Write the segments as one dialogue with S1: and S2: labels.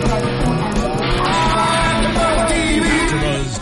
S1: AfterBuzz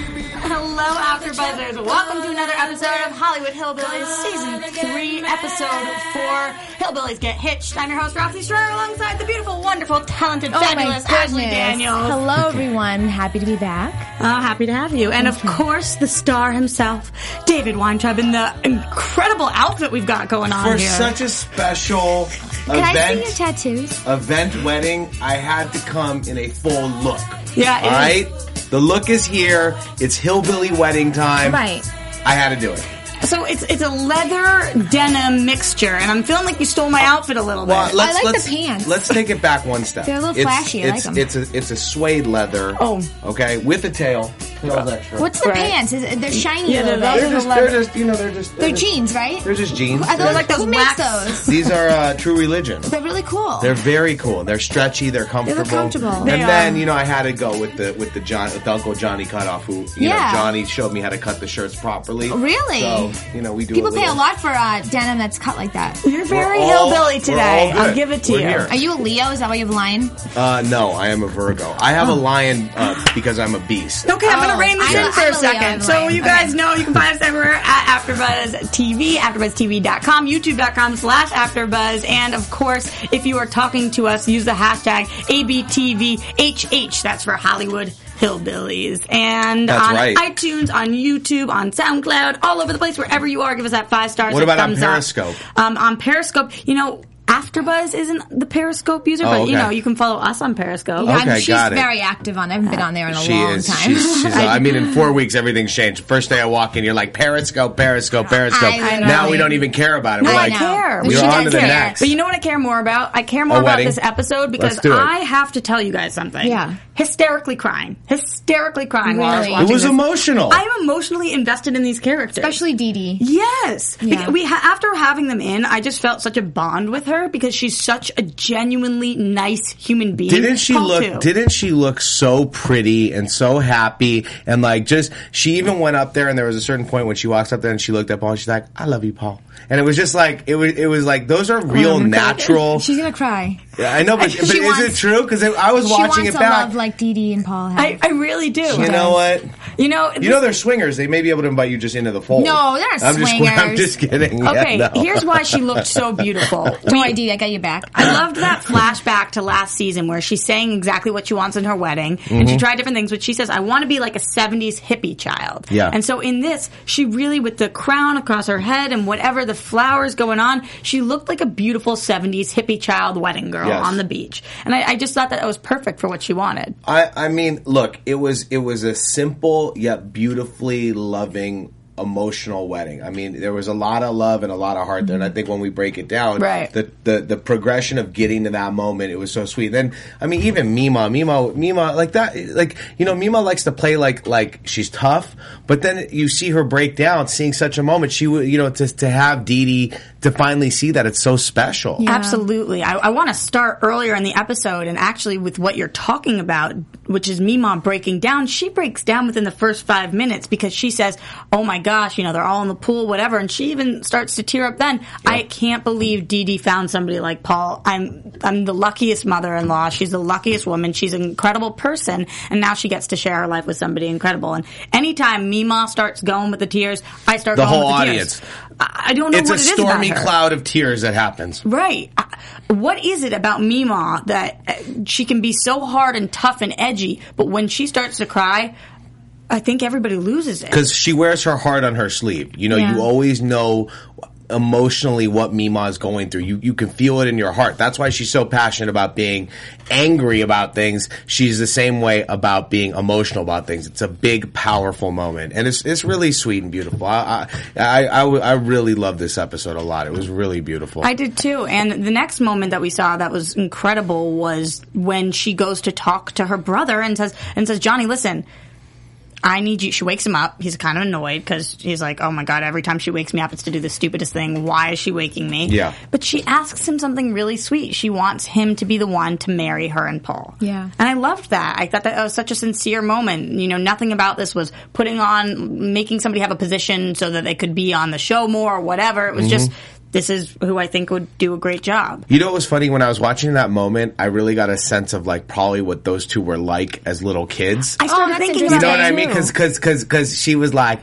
S2: Hello, AfterBuzzers! Welcome to another episode of Hollywood Hillbillies, Season Three, Episode Four. Hillbillies get hitched. I'm your host, Roxy Schroeder, alongside the beautiful, wonderful, talented,
S3: Oh my
S2: fabulous Ashley
S3: goodness.
S2: Daniels.
S3: Hello, everyone. Happy to be back.
S2: Oh, happy to have you, and of course, the star himself, David Weintraub, in the incredible outfit we've got going on
S4: For
S2: here.
S4: such a special
S3: Can I see your
S4: event,
S3: tattoos?
S4: event wedding, I had to come in a full look.
S2: Yeah, it
S4: All
S2: is.
S4: right? The look is here. It's hillbilly wedding time.
S3: Right.
S4: I had to do it.
S2: so it's it's a leather denim mixture, and I'm feeling like you stole my outfit a little bit.
S4: Oh. Well, let's,
S3: like the
S4: let's,
S3: pants.
S4: Let's take it back one step.
S3: They're a little
S4: It's-
S3: flashy. I
S4: It's,
S3: like 'em.
S4: it's a it's a suede leather.
S2: Oh.
S4: Okay, with a tail. Tail's extra.
S3: What's the
S2: Right.
S3: pants? Is, it- they're shiny.
S2: Yeah,
S3: a little
S2: they're
S3: bit.
S4: They're just they're just you know they're just
S3: They're jeans, right?
S4: They're just jeans.
S3: Are
S4: They're-
S3: those like those Who makes
S2: wax-
S3: those?
S4: These are uh, True Religion.
S3: They're really cool.
S4: They're very cool. They're stretchy. They're comfortable.
S3: comfortable.
S4: And
S3: They
S4: then
S2: are.
S4: you know I had to go with the with the John with Uncle Johnny cutoff who you
S3: Yeah.
S4: know Johnny showed me how to cut the shirts properly.
S3: Really?
S4: So you know we do.
S3: People
S4: a little,
S3: pay a lot for uh, denim that's cut like that.
S2: You're very
S4: We're all-
S2: hillbilly
S4: we're all
S2: today.
S4: good.
S2: I'll give it to
S4: We're
S2: you.
S4: here.
S3: Are you a Leo? Is that why you have a lion?
S4: Uh, no, I am a Virgo. I have a lion uh, because I'm a beast.
S2: Okay, I'm
S3: Oh,
S2: gonna rein this
S3: I'm-
S2: in for
S3: I'm
S2: a
S3: a Leo, I'm
S2: second.
S3: a
S2: So
S3: Leo.
S2: you guys know you can find us everywhere at AfterBuzz TV, AfterBuzzTV.com, YouTube.com slash AfterBuzz, and of course, if you are talking to us, use the hashtag ABTVHH. That's for Hollywood Hillbillies. And
S4: That's
S2: on
S4: right.
S2: iTunes, on YouTube, on SoundCloud, all over the place, wherever you are, give us that five stars.
S4: What
S2: a
S4: about on
S2: thumbs up.
S4: Periscope?
S2: Um, on Periscope, you know. AfterBuzz isn't the Periscope user, but you
S4: Oh, okay. Oh,
S2: know you can follow us on Periscope.
S4: Okay,
S3: I'm, she's
S4: got it.
S3: very active on. I haven't been on there in a
S4: She
S3: long
S4: is.
S3: time.
S4: She's, she's, I mean, in four weeks, everything's changed. First day I walk in, you're like, Periscope, Periscope, Periscope.
S3: I
S4: Now
S3: literally-
S4: we don't even care about it. We're
S3: I
S4: like,
S3: know.
S2: care.
S3: She
S4: we're on to
S3: does
S4: the
S3: care.
S4: next.
S2: But you know what I care more about? I care more
S4: A
S2: about
S4: wedding.
S2: this episode because
S4: Let's do it.
S2: I have to tell you guys something.
S3: Yeah.
S2: Hysterically crying. Hysterically crying while I was
S3: Really?
S2: watching
S4: it was
S2: this.
S4: emotional.
S2: I'm emotionally invested in these characters.
S3: Especially Dee Dee.
S2: Yes.
S3: Yeah.
S2: We ha- after having them in, I just felt such a bond with her because she's such a genuinely nice human being.
S4: Didn't she
S2: Paul,
S4: look?
S2: too.
S4: Didn't she look so pretty and so happy and like just? She even went up there, and there was a certain point when she walks up there and she looked at Paul. And she's like, "I love you, Paul," and it was just like it was. It was like those are real natural.
S3: She's gonna cry.
S4: Yeah, I know, but, but
S2: She
S4: is
S2: wants-
S4: it true? Because I was
S3: She
S4: watching
S3: wants
S4: it
S3: a
S4: back.
S3: love like Dee Dee and Paul have.
S2: I, I really do.
S4: you know what?
S2: You know.
S4: You know they're swingers. They may be able to invite you just into the fold.
S3: No, they're not
S4: I'm Just, I'm
S3: swingers.
S4: just kidding.
S2: Okay,
S4: Yeah, no.
S2: here's why she looked so beautiful.
S3: Don't worry, Dee Dee. I got you back.
S2: I loved that flashback to last season where she's saying exactly what she wants in her wedding, and
S4: Mm-hmm.
S2: she tried different things, but she says, "I want to be like a '70s hippie child."
S4: Yeah.
S2: And so in this, she really, with the crown across her head and whatever the flowers going on, she looked like a beautiful '70s hippie child wedding girl
S4: Yes.
S2: on the beach, and I, I just thought that that was perfect for what she wanted.
S4: I, I mean, look, it was it was a simple yet beautifully loving emotional wedding. I mean, there was a lot of love and a lot of heart there, and I think when we break it down,
S2: Mm-hmm. Right.
S4: the, the the progression of getting to that moment, it was so sweet. Then, I mean, even Mima, Mima, Mima, like that, like you know, Mima likes to play like like she's tough, but then you see her break down, seeing such a moment. She would, you know, to to have Dee Dee to finally see that it's so special.
S2: Absolutely. I, I want to start earlier in the episode and actually with what you're talking about, which is Mima breaking down. She breaks down within the first five minutes because she says, Oh my gosh, you know, they're all in the pool, whatever. And she even starts to tear up then. I can't believe Dee Dee found somebody like Paul. I'm, I'm the luckiest mother in law. She's the luckiest woman. She's an incredible person. And now she gets to share her life with somebody incredible. And anytime Mima starts going with the tears, I start
S4: The
S2: going
S4: whole
S2: with the
S4: audience.
S2: tears. I I don't know
S4: It's a
S2: what it is about
S4: stormy
S2: her.
S4: cloud of tears that happens.
S2: Right. Uh, What is it about Mima that uh, she can be so hard and tough and edgy, but when she starts to cry, I think everybody loses it.
S4: because she wears her heart on her sleeve. You know,
S3: Yeah.
S4: you always know. emotionally what Mima is going through. You you can feel it in your heart. That's why she's so passionate about being angry about things. She's the same way about being emotional about things. It's a big, powerful moment, and it's it's really sweet and beautiful. I I I, I, w- I really love this episode a lot. It was really beautiful.
S2: I did too. And the next moment that we saw that was incredible was when she goes to talk to her brother and says and says, "Johnny, listen, I need you." She wakes him up. He's kind of annoyed because he's like, "Oh my god! Every time she wakes me up, it's to do the stupidest thing. Why is she waking me?"
S4: Yeah.
S2: But she asks him something really sweet. She wants him to be the one to marry her and Paul.
S3: Yeah.
S2: And I loved that. I thought that was such a sincere moment. You know, nothing about this was putting on, making somebody have a position so that they could be on the show more or whatever. It was just,
S4: Mm-hmm.
S2: this is who I think would do a great job.
S4: You know what was funny when I was watching that moment? I really got a sense of like probably what those two were like as little kids.
S2: I started
S3: that's
S2: thinking
S3: interesting.
S2: about
S4: you know
S2: that
S4: what I
S2: too.
S4: mean? Because because because because she was like.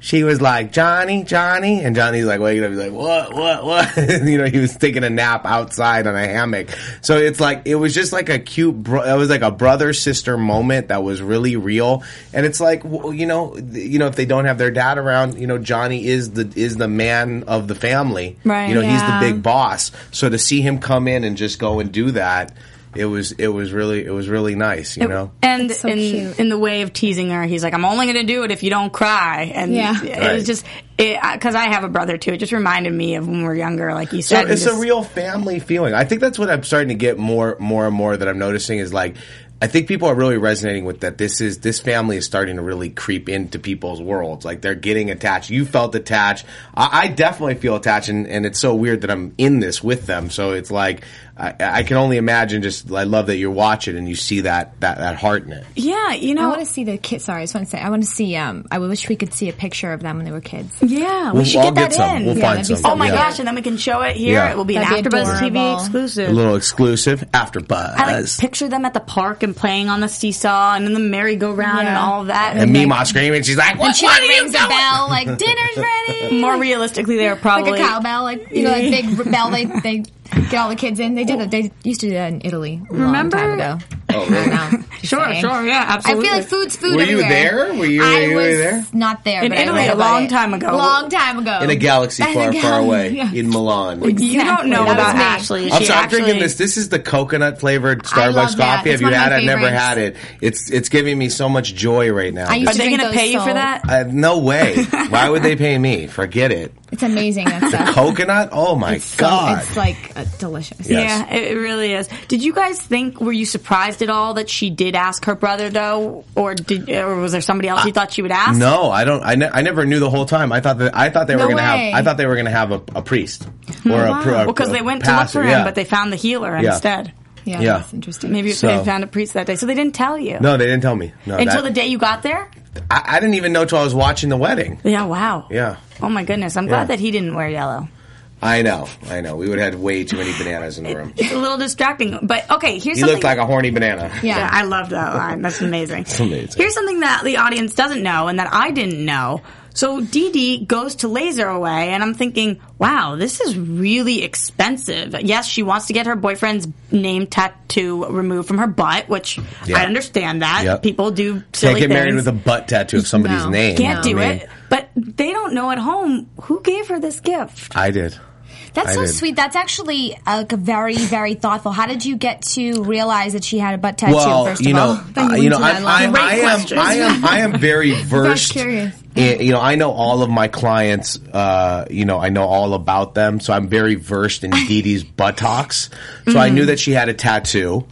S4: She was like Johnny, Johnny, and Johnny's like waking up. He's like, "What, what, what?" you know, he was taking a nap outside on a hammock. So it's like it was just like a cute. Bro- it was like a brother sister moment that was really real. And it's like w- you know, th- you know, if they don't have their dad around, you know, Johnny is the is the man of the family.
S3: Right,
S4: You know, he's the
S3: yeah.
S4: big boss. So to see him come in and just go and do that, it was it was really it was really nice. You know,
S2: And
S3: so
S2: in
S3: cute.
S2: in the way of teasing her, he's like, "I'm only going to do it if you don't cry." And
S3: Yeah.
S2: it
S4: Right.
S2: was just because I have a brother too. It just reminded me of when we were younger, like you
S4: So
S2: said. and
S4: it's
S2: just-
S4: a real family feeling. I think that's what I'm starting to get more, more and more that I'm noticing is like, I think people are really resonating with that. This is this family is starting to really creep into people's worlds. Like they're getting attached. You felt attached. I, I definitely feel attached, and, and it's so weird that I'm in this with them. So it's like I, I can only imagine. Just I love that you're watching and you see that that that heart in it.
S2: yeah, you
S3: I
S2: know.
S3: want to see the kids. Sorry, I just want to say I want to see. Um, I wish we could see a picture of them when they were kids.
S2: yeah, we should
S4: I'll
S2: get that
S4: some.
S2: in.
S4: We'll
S3: Yeah,
S4: find
S3: that'd be
S4: some.
S3: so
S2: Oh my
S4: Yeah.
S2: gosh! And then we can show it here.
S4: Yeah.
S2: It will be an
S3: That'd be
S2: AfterBuzz TV
S3: adorable.
S2: exclusive.
S4: A little exclusive after buzz.
S2: I like picture them at the park and playing on the seesaw and in the merry-go-round and
S3: Yeah.
S2: all of that.
S4: and
S2: like,
S4: Mima screaming. She's like, "What?
S3: And she
S4: what
S3: like
S4: are you
S3: rings a
S4: doing?"
S3: bell like dinner's ready.
S2: more realistically, they were probably
S3: like a cowbell, like you know, that big bell. They they get all the kids in. They did that. They used to do that in Italy. A
S2: Remember?
S3: Long time ago.
S4: Oh, really?
S3: I don't know. Just
S2: Sure,
S3: saying.
S2: sure, yeah, absolutely.
S3: I feel like food's food.
S4: Were you
S3: everywhere.
S4: there? Were you-
S3: I
S4: you were
S3: was
S4: there?
S3: Not there
S2: In
S3: but I
S2: Italy,
S3: read
S2: a
S3: about
S2: long
S3: it.
S2: time ago.
S3: Long time ago.
S4: in a galaxy
S3: In a
S4: far, far
S3: galaxy,
S4: away
S3: yeah.
S4: in Milan.
S2: You don't know
S3: Exactly. That was
S2: about
S3: me.
S2: Ashley.
S4: I'm
S2: She
S4: sorry, I'm
S2: actually-
S4: drinking this. This is the coconut flavored Starbucks
S3: love that.
S4: coffee.
S3: It's
S4: Have you
S3: one of my
S4: had? it? I've never
S3: favorites.
S4: had it. It's it's giving me so much joy right now.
S3: I used
S2: Are
S3: to
S2: they
S3: drink
S2: going to
S3: those
S2: pay you for
S3: salt.
S2: that?
S4: Uh, no way. Why would they pay me? Forget it.
S3: It's amazing that stuff.
S4: Coconut? Oh my
S3: So
S4: god.
S3: it's like uh, delicious.
S4: Yeah. Yes.
S2: Yeah, it it really is. Did you guys think? Were you surprised at all that she did ask her brother though, or did, or was there somebody else you thought she would ask?
S4: no, I don't. I, ne- I never knew the whole time. I thought that I thought they were
S3: No
S4: gonna
S3: way.
S4: have. I thought they were gonna have a, a priest or a, pr- a
S2: Well, because
S4: a
S2: they went to
S4: pastor,
S2: look for him,
S4: yeah.
S2: but they found the healer
S4: Yeah.
S2: instead.
S3: Yeah,
S4: Yeah.
S3: that's interesting.
S2: Maybe
S4: So-
S2: they found a priest that day, so they didn't tell you
S4: No, they didn't tell me. No,
S2: until
S4: that-
S2: the day you got there.
S4: I, I didn't even know till I was watching the wedding.
S2: Yeah. Wow.
S4: Yeah.
S2: Oh my goodness! I'm
S4: Yeah.
S2: glad that he didn't wear yellow.
S4: I know, I know. We would have had way too many bananas in the room.
S2: It's a little distracting, but okay. Here's
S4: You
S2: something.
S4: looked like a horny banana.
S3: Yeah.
S2: Yeah, I love that line. That's amazing.
S4: amazing.
S2: Here's something that the audience doesn't know and that I didn't know. So Dee Dee goes to Laser Away, and I'm thinking, wow, this is really expensive. Yes, she wants to get her boyfriend's name tattoo removed from her butt, which
S4: Yeah.
S2: I understand that.
S4: Yep.
S2: People do
S4: Can't
S2: silly
S4: get married
S2: things.
S4: with a butt tattoo of somebody's
S3: No.
S4: name.
S2: Can't
S3: No.
S2: do
S4: I mean,
S2: it. But they don't know at home who gave her this gift.
S4: I did.
S3: That's
S4: I
S3: so
S4: did.
S3: sweet. That's actually uh, like, very, very thoughtful. How did you get to realize that she had a butt tattoo?
S4: Well,
S3: first of
S4: you know,
S3: all,
S4: uh, you know, I, I,
S2: Great
S4: I am,
S2: question.
S4: I am, I am very versed.
S3: curious.
S4: in- you know, I know all of my clients. Uh, you know, I know all about them, so I'm very versed in Dee Dee's buttocks. So I
S2: Mm-hmm.
S4: knew that she had a tattoo.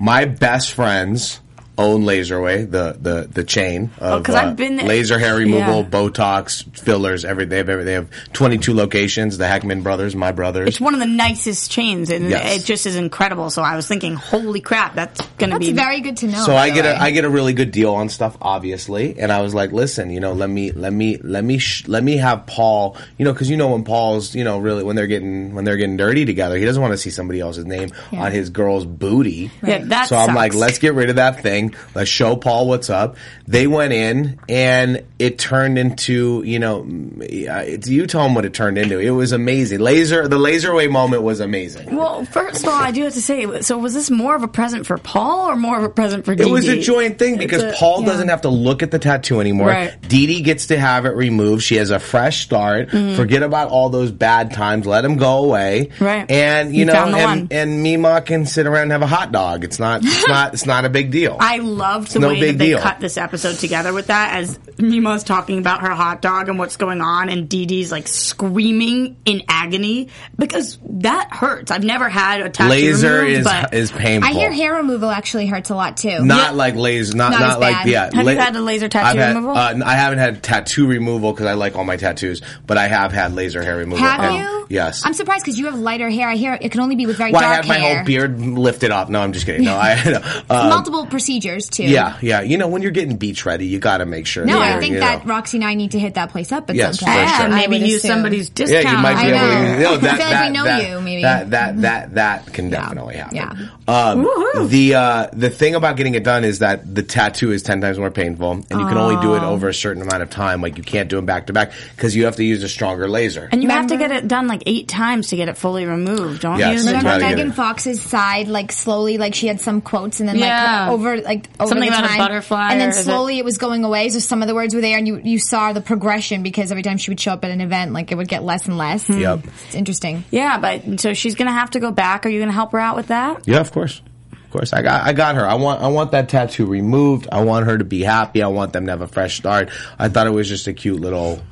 S4: My best friends own Laserway, the the the chain of
S2: Oh,
S4: uh,
S2: 'cause I've been there.
S4: laser hair removal,
S2: Yeah.
S4: Botox, fillers. Every they have every, they have 22 locations. The Heckman brothers, my brothers.
S2: It's one of the nicest chains, and
S4: Yes.
S2: it just is incredible. So I was thinking, holy crap, that's going to
S3: That's
S2: be
S3: very good to know.
S2: Oh,
S4: So
S3: by
S4: I
S3: the
S4: get
S3: way.
S4: a I get a really good deal on stuff, obviously. And I was like, listen, you know, let me let me let me sh- let me have Paul, you know, because you know when Paul's, you know, really when they're getting when they're getting dirty together, he doesn't want to see somebody else's name
S3: Yeah.
S4: on his girl's booty.
S2: Yeah, that
S4: so I'm like,
S2: sucks.
S4: let's get rid of that thing. thing. Let's show Paul what's up. They went in and it turned into, you know, m- I- you tell them what it turned into. It was amazing. Laser, the laser away moment was amazing.
S2: Well, first of all, I do have to say, so was this more of a present for Paul or more of a present for
S4: It was a joint thing because Paul doesn't have to look at the tattoo anymore.
S2: Right.
S4: Dee Dee gets to have it removed. She has a fresh start.
S2: Mm-hmm.
S4: Forget about all those bad times. Let them go away.
S2: Right.
S4: And you,
S2: You
S4: know,
S2: found the
S4: and,
S2: one.
S4: and Mima can sit around and have a hot dog. It's not. It's not. It's not a big deal.
S2: I loved the
S4: No
S2: way
S4: big
S2: that they
S4: deal.
S2: cut this episode together with that as Mima's talking about her hot dog and what's going on and Dee Dee's like screaming in agony because that hurts. I've never had a tattoo
S4: Laser
S2: removed,
S4: is
S2: but
S4: is painful.
S3: I hear hair removal actually hurts a lot too.
S4: Not like laser, not
S3: Not
S4: not,
S3: as
S4: like
S3: bad.
S4: yeah.
S2: Have you had a laser tattoo
S4: I've had,
S2: removal?
S4: Uh, n- I haven't had tattoo removal because I like all my tattoos, but I have had laser hair removal.
S3: Have
S4: And-
S3: you?
S4: Yes.
S3: I'm surprised because you have lighter hair. I hear it can only be with very
S4: well,
S3: dark
S4: I had my
S3: hair.
S4: whole beard lifted off. No, I'm just kidding. No, I. No. Uh,
S3: Multiple procedures too.
S4: yeah, yeah. You know, when you're getting beach ready, you got to make sure.
S3: No,
S4: that
S3: I
S4: you're,
S3: think
S4: you
S3: that
S4: know-
S3: Roxy and I need to hit that place up at
S4: Yes,
S3: some
S4: for
S3: point.
S4: sure.
S2: and
S3: I would
S2: maybe use
S3: assume.
S2: somebody's
S4: Yeah,
S2: discount.
S4: you might be
S3: I
S4: able
S3: know.
S4: to. No,
S3: I
S4: that,
S3: feel like
S4: that,
S3: we know
S4: that,
S3: you, maybe. Mm-hmm.
S4: That, that, that, that can definitely happen. Um,
S2: Woohoo.
S4: the, uh, the thing about getting it done is that the tattoo is 10 times more painful and you can only do it over a certain amount of time. Like you can't do them back to back because you have to use a stronger laser.
S2: and you have to get it done like eight times to get it fully removed, don't
S4: Yes,
S2: you?
S4: you
S3: Remember
S4: gotta get
S3: Megan
S4: it.
S3: Fox's side, like slowly, like she had some quotes, and then
S2: Yeah.
S3: like over, like over
S2: Something
S3: the
S2: about a
S3: time,
S2: butterfly
S3: and
S2: or
S3: then
S2: is it-
S3: slowly it? was going away. So some of the words were there, and you you saw the progression because every time she would show up at an event, like it would get less and less.
S4: Yep.
S3: it's interesting.
S2: Yeah, but so she's gonna have to go back. Are you gonna help her out with that?
S4: Yeah, of course. Of course. I got I got her. I want I want that tattoo removed. I want her to be happy. I want them to have a fresh start. I thought it was just a cute little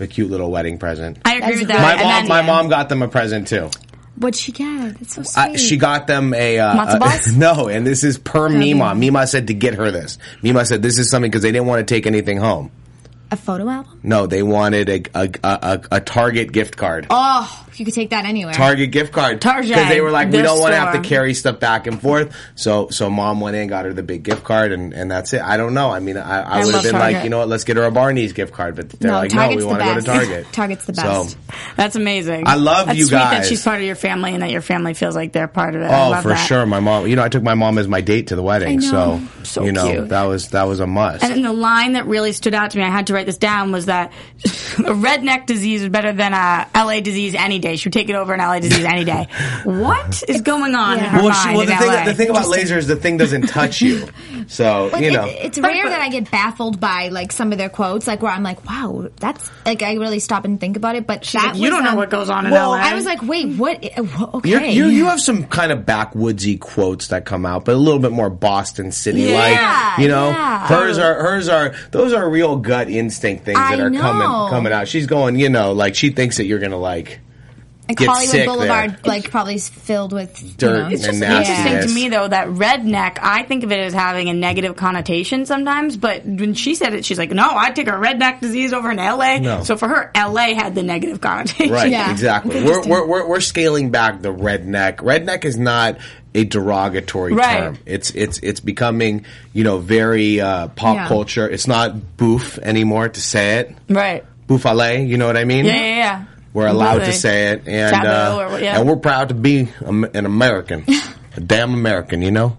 S4: a cute little wedding present.
S2: I agree
S3: That's
S2: with
S3: great.
S2: that.
S4: my
S2: And
S4: mom
S2: then-
S4: my mom got them a present too.
S3: What'd she get? That's so sweet.
S4: I, she got them a uh,
S2: Matzo
S4: uh,
S2: balls?
S4: no, and this is per Mima. Mima said to get her this. Mima said this is something because they didn't want to take anything home.
S3: a photo album.
S4: No, they wanted a a, a, a, a Target gift card.
S3: Oh, you could take that anywhere.
S4: Target gift card.
S2: Target,
S4: Because they were like, we
S2: their
S4: don't want to have to
S2: store.
S4: carry stuff back and forth. So, so mom went in, got her the big gift card, and, and that's it. I don't know. I mean, I, I,
S2: I
S4: would
S2: love
S4: have been like,
S2: Target.
S4: you know what, let's get her a Barney's gift card. But they're
S3: No,
S4: like,
S3: Target's
S4: no,
S3: the
S4: we want to go to
S3: best.
S4: Target.
S3: Target's the
S4: So,
S3: best.
S2: That's amazing.
S4: I love
S2: That's
S4: you
S2: Sweet
S4: guys.
S2: that she's part of your family and that your family feels like they're part of it. I
S4: oh,
S2: love
S4: for
S2: that.
S4: sure. My mom, you know, I took my mom as my date to the wedding. So,
S2: So
S4: you know,
S2: cute.
S4: that was, that was a must.
S2: And then the line that really stood out to me, I had to write this down, was that a redneck disease is better than a LA disease any day. She would take it over an LA disease any day. What is going on in her
S4: well,
S2: mind
S4: she, well the,
S2: in
S4: thing,
S2: LA?
S4: the thing about laser is the thing doesn't touch you. So,
S3: But
S4: you
S3: it-
S4: know.
S3: it's
S2: Right,
S3: rare
S2: but-
S3: that I get baffled by like some of their quotes, like where I'm like, "Wow, that's like I really stop and think about it." But that
S2: like, "You
S3: was
S2: don't know
S3: on-
S2: what goes on in
S3: Well,
S2: LA."
S3: I was like, "Wait, what? i- wha- Okay,
S4: You're, you you have some kind of backwoodsy quotes that come out, but a little bit more Boston City like.
S3: Yeah,
S4: you know,
S3: yeah.
S4: hers are hers are those are real gut instinct things that
S3: I
S4: are
S3: know.
S4: coming coming out. She's going, you know, like she thinks that you're gonna like
S3: like
S4: get sick
S3: Hollywood
S4: there.
S3: Boulevard, like probably is filled with
S4: Dirt
S3: You know,
S4: and
S2: It's just
S4: nasty.
S2: interesting
S4: Yes.
S2: to me though that redneck. I think of it as having a negative connotation sometimes, but when she said it, she's like, "No, I take a redneck disease over in L.A."
S4: No.
S2: So for her, L.A. had the negative connotation.
S4: right,
S3: Yeah.
S4: exactly. We're, we're we're we're scaling back the redneck. Redneck is not a derogatory
S2: Right.
S4: term. It's it's it's becoming you know very uh, pop
S3: Yeah.
S4: culture. It's not boof anymore to say it.
S2: Right.
S4: Bouffalet, you know what I mean?
S2: Yeah, yeah, yeah.
S4: We're allowed
S2: Completely.
S4: to say it, and
S2: Taboo
S4: uh,
S2: or- yeah.
S4: and we're proud to be am- an American, a damn American. You know,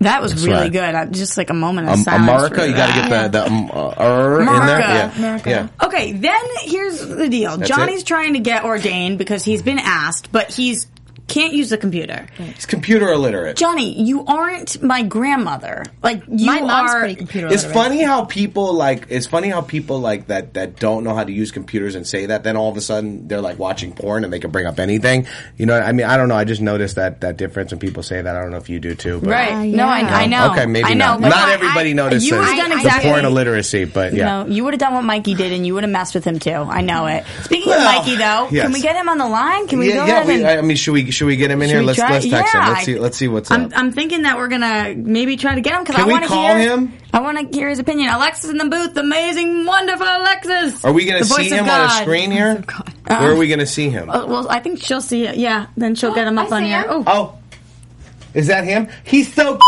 S2: That was really
S4: right.
S2: good. I, just like a moment of
S4: um,
S2: silence.
S4: America.
S2: for
S4: You got to get
S2: that.
S4: the the um, uh, er in there.
S2: America,
S4: Yeah,
S3: America.
S4: yeah.
S2: Okay, then here's the deal. Johnny's
S4: it.
S2: trying to get ordained because he's been asked, but he's can't use the computer.
S4: It's computer illiterate.
S2: Johnny, you aren't my grandmother. Like you
S3: My mom's
S2: are.
S3: pretty computer.
S4: it's
S3: literate.
S4: funny how people like. It's funny how people like that that don't know how to use computers and say that. Then all of a sudden they're like watching porn and they can bring up anything. You know, what I mean, I don't know. I just noticed that that difference when people say that. I don't know if you do too. But,
S2: Right.
S3: Uh,
S2: No, I,
S3: yeah.
S2: I know.
S4: Okay, maybe
S2: I know,
S4: not.
S2: but
S4: Not
S2: I-
S4: everybody
S2: I-
S4: notices
S2: You would have done
S3: I- I-
S2: exactly.
S4: the porn illiteracy, but yeah.
S2: No, you would have done what Mikey did, and you would have messed with him too. I know it. Speaking
S4: Well,
S2: of Mikey, though,
S4: yes.
S2: can we get him on the line? Can we go
S4: yeah, yeah.
S2: ahead
S4: We,
S2: and?
S4: I mean, should we should we get him in here?
S2: we
S4: Let's
S2: try-
S4: let's text him.
S2: yeah,
S4: Let's see
S2: I-
S4: let's see what's
S2: I'm,
S4: up.
S2: I'm thinking that we're gonna maybe try to get him because I
S4: Can we
S2: want to
S4: call
S2: hear,
S4: him?
S2: I want to hear his opinion. Alexis in the booth, amazing, wonderful Alexis.
S4: Are we going
S2: the
S4: to
S2: voice
S4: see
S2: of
S4: him on a
S2: God. Uh-uh. Oh.
S4: screen here? Where are we going to see him?
S2: Uh, well, I think she'll see it. Yeah, then she'll get him
S3: I
S2: up on
S3: see
S2: here.
S3: him.
S2: Oh,
S4: Oh, Is that him? He's so.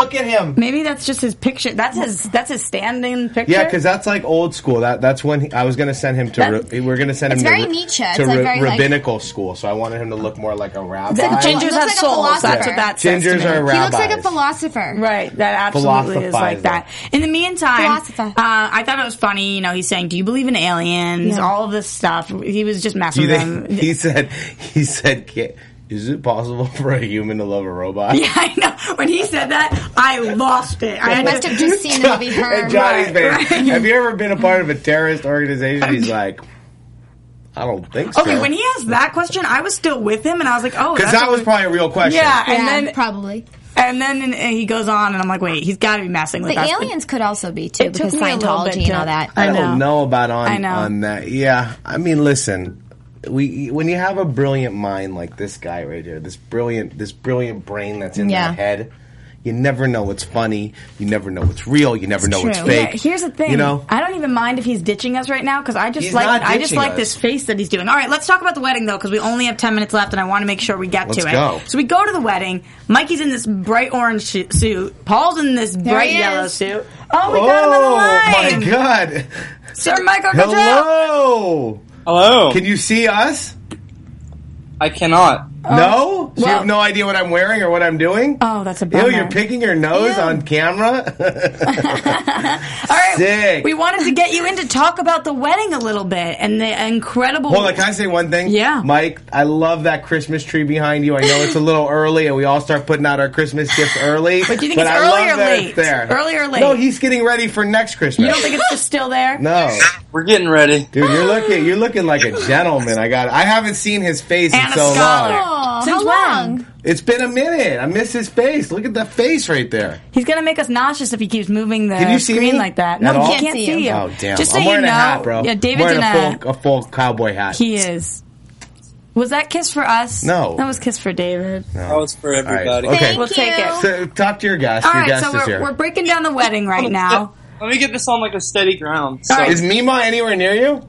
S4: Look at him.
S2: Maybe that's just his picture. That's his. That's his standing picture.
S4: Yeah, because that's like old school. That that's when he, I was gonna send him to.
S2: That-
S4: Ru- we are gonna send him
S3: It's
S4: to,
S3: very
S4: Ru-
S3: Nietzsche.
S4: to
S3: It's like
S4: Ru-
S3: very, like-
S4: rabbinical school. So I wanted him to look more like a rabbi.
S2: Like
S3: Ginger-
S2: gingers
S3: Looks
S2: have
S3: like a
S2: souls. That's
S3: philosopher.
S2: what that says.
S4: Gingers
S2: to me.
S4: are
S3: He looks like a
S4: Rabbis.
S3: philosopher.
S2: Right, that absolutely is like
S4: Philosophizer.
S2: that. In the meantime,
S3: Philosopher.
S2: uh, I thought it was funny. You know, he's saying, "Do you believe in aliens?"
S3: Yeah.
S2: All of this stuff. He was just
S4: Do
S2: messing
S4: you
S2: with
S4: think
S2: them.
S4: he said? He said, "Ki- "Is it possible for a human to love a robot?"
S2: Yeah, I know. When he said that, I lost it. I
S3: I
S2: had
S3: must
S2: to-
S3: have just seen the movie Her.
S4: and Johnny's
S2: Right,
S4: face.
S2: right.
S4: Have you ever been a part of a terrorist organization? He's like, I don't think so.
S2: Okay, when he asked that question, I was still with him, and I was like, "Oh,
S4: because
S2: that's
S4: that
S2: a
S4: was
S2: good-
S4: probably a real question.
S2: Yeah,
S3: Yeah,
S2: and then
S3: probably
S2: and then and he goes on, and I'm like, "Wait, he's got to be messing with
S3: the
S2: us."
S3: aliens could also be too
S2: It took
S3: because
S2: me a little bit
S3: Scientology and
S2: to-
S3: all that.
S2: I
S4: I don't
S2: know.
S4: know about on
S2: I know.
S4: on that. Yeah, I mean, listen, we when you have a brilliant mind like this guy right here, this brilliant this brilliant brain that's in
S3: Yeah.
S4: their head. You never know what's funny. You never know what's real. You never know what's
S3: true.
S4: fake.
S2: Yeah, here's the thing.
S4: You know,
S2: I don't even mind if he's ditching us right now because I just
S4: He's
S2: like
S4: not
S2: I just
S4: ditching
S2: like
S4: us.
S2: this face that he's doing. All right, let's talk about the wedding though because we only have ten minutes left and I want to make sure we get
S4: Let's
S2: to it.
S4: go.
S2: So we go to the wedding. Mikey's in this bright orange shi- suit. Paul's in this bright
S3: he is.
S2: yellow suit. Oh, we got him in the
S4: oh
S2: line.
S4: my god!
S2: Sir Michael Cottrell.
S4: Hello.
S5: Hello.
S4: Can you see us?
S5: I cannot.
S4: No?
S2: Um, well-
S4: So you have no idea what I'm wearing or what I'm doing?
S2: Oh, that's a
S4: Ew,
S2: bummer.
S4: you're picking your nose
S2: Ew.
S4: on camera?
S2: All right,
S4: Sick.
S2: we wanted to get you in to talk about the wedding a little bit and the incredible.
S4: Hold on, can I say one thing?
S2: Yeah.
S4: Mike, I love that Christmas tree behind you. I know it's a little early and we all start putting out our Christmas gifts early.
S2: But do you think it's
S4: I
S2: early
S4: love
S2: or
S4: that
S2: late?
S4: it's there.
S2: Early or late?
S4: No, he's getting ready for next Christmas.
S2: you don't think it's just still there?
S4: no.
S5: We're getting ready.
S4: Dude, you're looking you're looking like a gentleman. I got I haven't seen his face
S2: And
S4: in
S2: a
S4: so
S2: scholar.
S4: long.
S3: Oh,
S2: Since
S3: how
S2: when?
S3: long?
S4: It's been a minute. I miss his face. Look at that face right there.
S2: He's gonna make us nauseous if he keeps moving the
S4: Can you see
S2: screen
S4: me
S2: like that.
S4: at
S2: No,
S4: all?
S2: he can't see you.
S4: Oh damn!
S2: Just so
S4: I'm wearing
S2: you know,
S4: a hat, bro.
S2: yeah,
S4: I'm
S2: David's
S4: wearing
S2: in
S4: a
S2: a.
S4: full, a full cowboy hat.
S2: He is. Was that kiss for us?
S4: No.
S2: that was kiss for David.
S5: That was for everybody.
S4: All right, okay.
S3: Thank
S2: We'll
S3: you.
S2: take it.
S4: So talk to your guest.
S2: All
S4: your
S2: right,
S4: guest
S2: so
S4: is
S2: we're,
S4: here.
S2: we're breaking down the wedding
S5: Oh,
S2: right now.
S5: Let me get this on like a steady ground. So,
S4: Is Mima anywhere near you?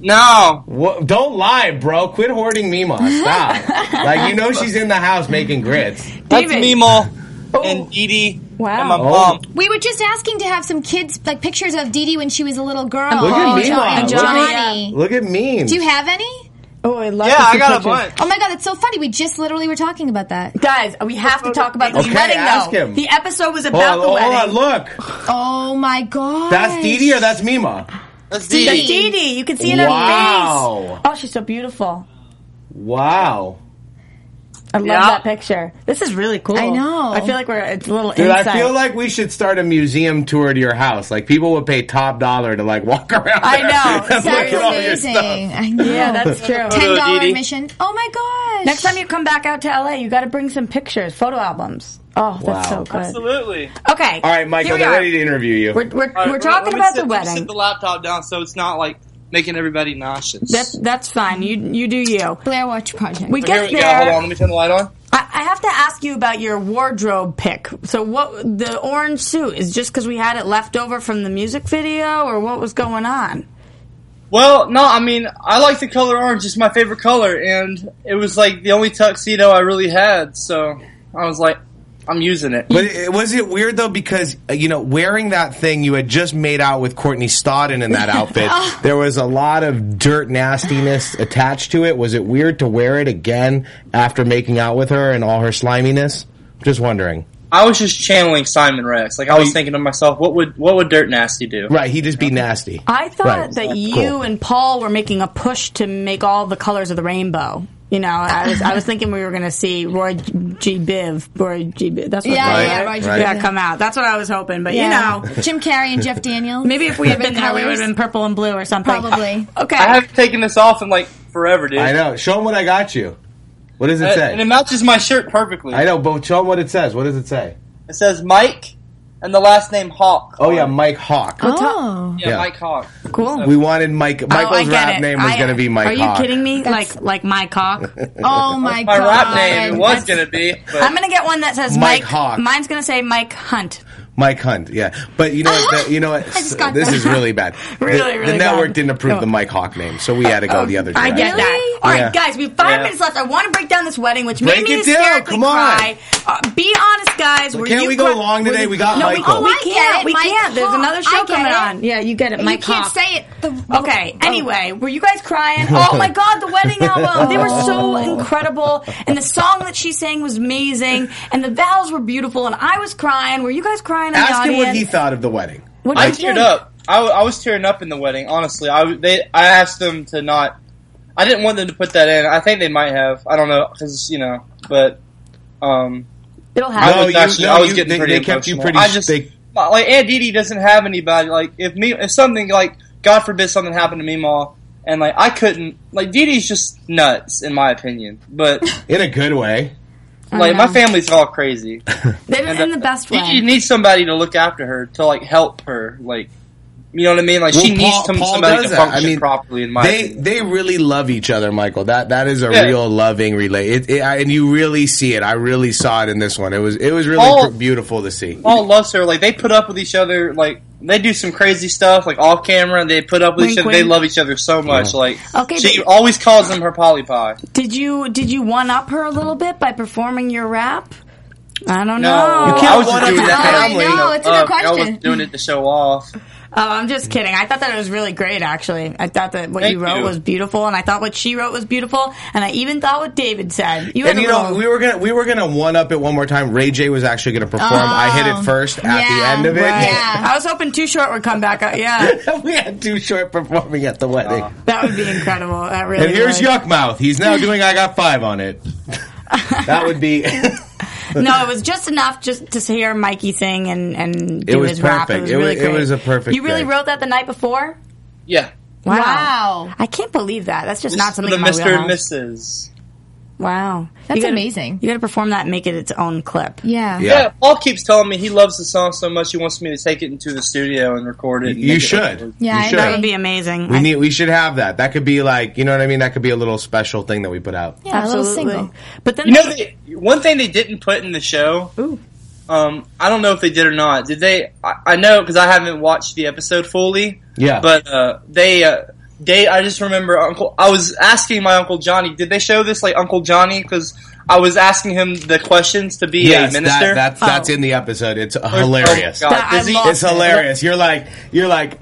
S5: No.
S4: Wha Don't lie, bro. Quit hoarding Mima. Stop. like you know she's in the house making grits.
S5: That's
S2: David.
S5: Meemaw
S4: Oh.
S5: and Dee Dee
S2: Wow.
S5: and my
S2: Oh.
S5: mom.
S3: We were just asking to have some kids, like pictures of Dee Dee when she was a little girl. Oh,
S2: Look
S4: at me, Mom.
S3: and
S4: Look
S2: at-
S3: Johnny.
S4: Look at Meme.
S3: Do you have any?
S2: Oh, I love.
S5: Yeah,
S2: to see
S5: I got a
S2: pictures.
S5: bunch.
S3: Oh my god, that's so funny. We just literally were talking about that.
S2: Guys, we have to talk about this
S4: Okay,
S2: wedding
S4: ask
S2: though.
S4: him.
S2: The episode was
S4: Hold
S2: about
S4: on,
S2: the
S4: hold
S2: wedding.
S4: on, look.
S3: Oh my god.
S4: That's Dee Dee or that's Mima?
S5: That's Dee
S3: Dee
S5: Dee.
S2: That's Dee Dee. You can see it on her
S4: Wow.
S2: face. Oh, she's so beautiful.
S4: Wow.
S2: I love
S5: Yeah.
S2: that picture. This is really cool.
S3: I know.
S2: I feel like we're it's a little
S4: Dude,
S2: inside.
S4: I feel like we should start a museum tour to your house. Like people would pay top dollar to like walk around.
S2: I
S4: there
S2: know.
S4: and look
S3: That's
S4: at all your
S3: amazing.
S4: stuff.
S3: I know.
S2: yeah, that's true.
S3: ten
S5: Hello, Dee
S3: dollar
S5: Dee.
S3: admission. Oh my gosh.
S2: Next time you come back out to LA, you got to bring some pictures, photo albums. Oh, that's
S4: Wow.
S2: so good.
S5: Absolutely.
S2: Okay.
S4: All right, Michael,
S2: Here we
S4: they're
S2: are.
S4: ready to interview you.
S2: We're, we're,
S5: All right,
S2: we're
S5: let-
S2: talking
S5: let me
S2: about
S5: sit-
S2: the
S5: let me Sit
S2: wedding.
S5: the laptop down so it's not like making everybody nauseous.
S2: That's that's fine. You you do you.
S3: Blair Watch Project.
S2: We
S5: Here
S2: get
S5: we go. Hold on.
S2: there.
S5: Let me turn the light on.
S2: I, I have to ask you about your wardrobe pick. So what the orange suit is just because we had it left over from the music video, or what was going on?
S5: Well, no, I mean, I like the color orange. It's my favorite color, and it was like the only tuxedo I really had. So I was like, I'm using it.
S4: But it, was it weird though because uh, you know wearing that thing you had just made out with Courtney Stodden in that outfit.
S2: Oh.
S4: There was a lot of dirt nastiness attached to it. Was it weird to wear it again after making out with her and all her sliminess? Just wondering.
S5: I was just channeling Simon Rex. Like I was thinking to myself, what would what would Dirt Nasty do?
S4: Right, he just be nasty.
S2: I thought
S4: Right.
S2: that you
S4: Cool.
S2: and Paul were making a push to make all the colors of the rainbow. You know, I was, I was thinking we were going to see Roy G. Biv, Roy G. Biv. That's what
S3: Yeah,
S4: Right,
S3: yeah, Roger.
S4: right.
S2: yeah, come out. That's what I was hoping, but you know,
S3: Jim Carrey and Jeff Daniels.
S2: maybe if we had been there, we would
S3: Colors.
S2: have been Oh. purple and blue or something.
S3: Probably.
S2: Okay.
S5: I haven't taken this off in like forever, dude.
S4: I know. Show him what I got you. What does it
S5: Uh, And it
S4: say?
S5: matches my shirt perfectly.
S4: I know, but show him what it says. What does it say?
S5: It says Mike and the last name Hawk.
S4: Oh yeah, Mike Hawk.
S3: Oh.
S5: yeah,
S4: yeah.
S5: Mike Hawk.
S2: cool.
S4: We wanted Mike.
S2: Oh, I
S4: Michael's
S2: get
S4: rap
S2: it.
S4: name was
S2: I-
S4: going to be Mike.
S2: Are you
S4: Hawk.
S2: kidding me? Like like my cock.
S3: Oh my god.
S5: My rap name it
S2: That's-
S5: was gonna be. But
S2: I'm gonna get one that says Mike.
S4: Mike Hawk.
S2: Mine's gonna say Mike Hunt.
S4: Mike Hunt, yeah. But you know, what, the, you know, what,
S3: just got
S4: this
S3: that.
S4: is really bad.
S2: Really,
S4: the, the
S2: really
S4: network
S2: bad. Oh,
S4: didn't approve the Mike Hawk name, so we had to go the other
S2: I
S4: direction.
S2: get that. All right,
S4: Yeah.
S2: guys, we have five
S5: Yeah.
S2: minutes left. I want to break down this wedding, which
S4: Break
S2: made me
S4: it down,
S2: hysterically
S4: come on.
S2: cry. Uh, be honest, guys. Were
S4: can't
S2: you
S4: we go
S2: cry-
S4: long
S2: were
S4: today?
S2: you-
S4: We got
S2: no, We,
S4: Michael.
S2: oh, we
S3: I get
S2: can't.
S3: it,
S2: We
S3: Mike
S2: can't. There's
S3: Hawk.
S2: another
S3: I
S2: show
S3: get
S2: coming
S3: it.
S2: on. Yeah, you get it.
S3: You
S2: Mike
S3: can't
S2: Hawk.
S3: say it. The,
S2: Okay. Anyway, were you guys crying? Oh my God, the wedding album! They were so incredible, and the song that she sang was amazing, and the vows were beautiful, and I was crying. Were you guys crying in the
S4: Ask him
S2: audience?
S4: what he thought of the wedding.
S2: What'd
S5: I
S2: you
S5: teared
S2: think?
S5: up. I, w- I was tearing up in the wedding. Honestly, I w- they I asked them to not. I didn't want them to put that in. I think they might have. I don't know because you know, but um,
S2: It'll
S5: I
S2: happen.
S4: No,
S5: was
S4: you-
S5: actually
S4: no,
S5: I was
S4: you-
S5: getting
S4: they-
S5: pretty
S4: they kept you
S5: emotional.
S4: pretty
S5: I just
S4: sta-
S5: like Aunt Didi doesn't have anybody. Like if me if something like God forbid something happened to me, Ma, and like I couldn't like Didi's just nuts in my opinion. But
S4: In a good way.
S5: like my family's all crazy.
S2: They did in the best way.
S5: You need somebody to look after her to like help her, like you know what I mean. Like
S4: Well,
S5: she needs
S4: Paul-
S5: some,
S4: Paul
S5: somebody to
S4: does that.
S5: function properly. In my
S4: they
S5: opinion.
S4: they really love each other, Michael. That that is a
S5: Yeah.
S4: real loving relate, it, it, I- and you really see it. I really saw it in this one. It was it was really
S5: Paul-
S4: pr- beautiful to see.
S5: Paul loves her. Like they put up with each other. Like they do some crazy stuff, like off camera. They put up with each
S2: Wink,
S5: other. They
S2: wink.
S5: love each other so much. Like
S2: Okay,
S5: she
S2: but-
S5: always calls him her Polly Pie.
S2: Did you did you one up her a little bit by performing your rap? I don't know.
S4: You can't
S5: I was
S4: one
S5: just
S4: up
S5: doing
S4: the
S5: that.
S4: family.
S5: to
S3: No, it's a
S5: look
S3: good
S5: up. I
S3: question.
S5: was doing it to show off.
S2: Oh, I'm just kidding. I thought that it was really great, actually. I thought that what
S5: Thank
S2: you wrote
S5: you.
S2: was beautiful, and I thought what she wrote was beautiful, and I even thought what David said. You had
S4: and
S2: a
S4: you know
S2: little-
S4: we were gonna we were gonna one up it one more time. Ray J was actually gonna perform. I hit it first at the
S3: yeah,
S4: end of it.
S2: Right.
S3: Yeah.
S2: I was hoping Too Short would come back up. Yeah,
S4: we had too short performing at the wedding.
S2: that would be incredible. That really.
S4: and here's
S2: would.
S4: Yuck Mouth. He's now doing I Got Five on it. that would be.
S2: No, it was just enough just to hear Mikey sing and and do
S4: was
S2: his rap. It
S4: perfect.
S2: was
S4: It
S2: really
S4: was- it
S2: great.
S4: was a perfect
S2: You really
S4: day.
S2: wrote that the night before.
S5: Yeah,
S2: Wow.
S3: Wow.
S2: I can't believe that. That's just not something
S5: the
S2: in my
S5: Mister and
S2: wheelhouse.
S5: Mrs.
S2: Wow,
S3: That's
S2: You gotta-
S3: amazing.
S2: You got to perform that, and make it its own clip.
S3: Yeah.
S4: Yeah.
S5: Yeah, Paul keeps telling me he loves the song so much he wants me to take it into the studio and record it. and
S4: You
S5: make it
S4: should.
S3: Yeah,
S4: you
S3: I
S4: should.
S2: That would be amazing.
S4: We
S2: I-
S4: need. We should have that. That could be like you know what I mean. That could be a little special thing that we put out.
S3: Yeah, a little
S2: Absolutely.
S3: single.
S2: But then
S5: You know,
S2: they-
S5: they, one thing they didn't put in the show. Um, I don't know if they did or not. Did they? I, I know because I haven't watched the episode fully.
S4: Yeah.
S5: But uh, they, uh, they. I just remember Uncle. I was asking my Uncle Johnny. Did they show this like Uncle Johnny? Because I was asking him the questions to be
S4: Yes,
S5: a
S4: that,
S5: minister.
S4: that's that's
S2: Oh.
S4: in the episode. It's
S5: Oh,
S4: hilarious.
S5: God.
S2: That-
S5: Does
S2: I
S5: he-
S2: love
S4: It's hilarious. You're like you're like.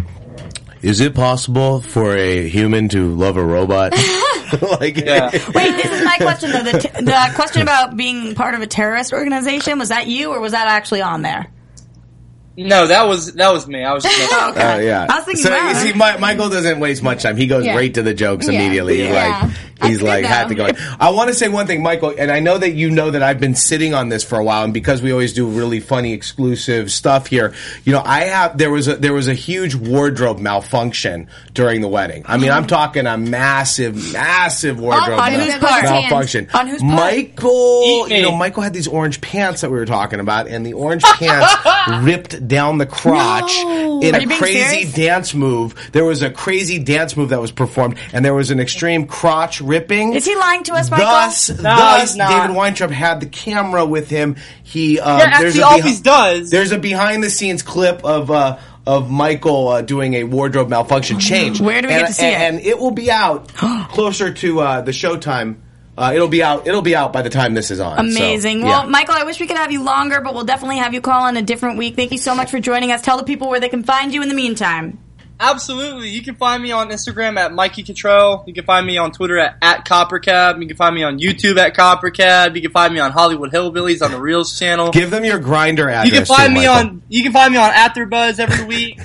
S4: Is it possible for a human to love a robot? like,
S5: Yeah.
S2: Wait, this is my question though. The, t- the question about being part of a terrorist organization was that you, or was that actually on there?
S5: no, that was that was me. I was just.
S2: Oh, okay.
S4: Oh yeah.
S2: I was thinking.
S4: so
S2: wow,
S4: you see,
S2: that-
S4: Mi- Michael doesn't waste much time. He goes
S3: Yeah.
S4: right to the jokes
S3: Yeah.
S4: immediately. He's
S3: Yeah.
S4: Like he's
S3: That's good,
S4: like had to go.
S3: though.
S4: I want to say one thing, Michael, and I know that you know that I've been sitting on this for a while, and because we always do really funny exclusive stuff here, you know, I have there was a there was a huge wardrobe malfunction during the wedding. I mean, I'm talking a massive, massive wardrobe
S3: Oh. on
S4: mal-
S3: whose part?
S4: malfunction.
S2: On whose part?
S4: Michael,
S5: Eat me.
S4: you know, Michael had these orange pants that we were talking about, and the orange pants ripped down the crotch
S3: No.
S4: in
S2: Are
S4: a
S2: you being
S4: crazy
S2: serious?
S4: dance move. There was a crazy dance move that was performed, and there was an extreme crotch ripping.
S2: Is he lying to us, Michael?
S4: Thus,
S5: No,
S4: thus
S5: he's not.
S4: David Weintraub had the camera with him. He uh,
S5: Yeah, as
S4: there's
S5: he
S4: a behi-
S5: always does.
S4: There's a behind the scenes clip of. Uh, of Michael uh, doing a wardrobe malfunction change.
S2: Where do we
S4: and,
S2: get to see
S4: and-
S2: it?
S4: And it will be out closer to uh, the showtime. Uh, it'll be out. It'll be out by the time this is on. so,
S2: Amazing.
S4: yeah.
S2: well, Michael, I wish we could have you longer, but we'll definitely have you call in a different week. Thank you so much for joining us. Tell the people where they can find you in the meantime.
S5: Absolutely. You can find me on Instagram at Mikey Cottrell. You can find me on Twitter at, at CopperCab. You can find me on YouTube at CopperCab. You can find me on Hollywood Hillbillies on the Reels channel.
S4: give them your grinder address.
S5: you can
S4: too,
S5: find me
S4: Michael.
S5: on you can find me on AfterBuzz every week.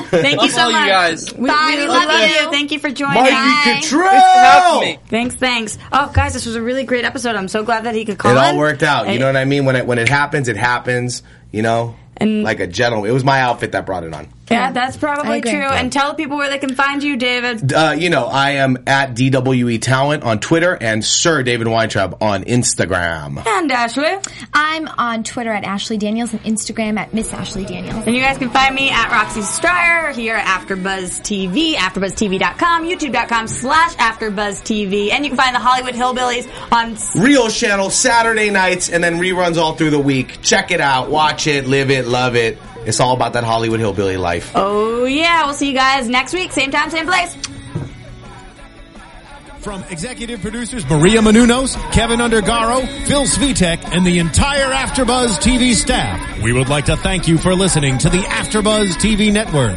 S2: Thank you
S5: Love
S2: so
S5: all you
S2: much.
S5: guys.
S2: We,
S3: Bye,
S2: we
S3: we
S2: love,
S5: love
S2: you.
S3: you.
S2: Thank you for joining
S4: Mikey
S2: us.
S4: Cottrell.
S5: Thanks for having me.
S2: Thanks, thanks. Oh, guys, this was a really great episode. I'm so glad that he could call.
S4: It all
S2: in.
S4: worked out. You
S2: And-
S4: know what I mean? When it when it happens, it happens. You know,
S2: And-
S4: like a gentleman. It was my outfit that brought it on.
S2: Yeah, that's
S3: I
S2: probably
S3: agree.
S2: true. And tell people where they can find you, David.
S4: Uh, you know, I am at DWE Talent on Twitter and Sir David Weintraub on Instagram.
S2: And Ashley.
S3: I'm on Twitter at Ashley Daniels and Instagram at Miss Ashley Daniels.
S2: And you guys can find me at Roxy Stryer here at AfterBuzz TV, AfterBuzzTV.com, YouTube.com slash AfterBuzzTV. And you can find the Hollywood Hillbillies on...
S4: Real Channel Saturday nights and then reruns all through the week. Check it out, watch it, live it, love it. It's all about that Hollywood hillbilly life.
S2: Oh, yeah. We'll see you guys next week. Same time, same place.
S1: From executive producers Maria Manunos, Kevin Undergaro, Phil Svitek, and the entire Afterbuzz TV staff, we would like to thank you for listening to the Afterbuzz TV Network.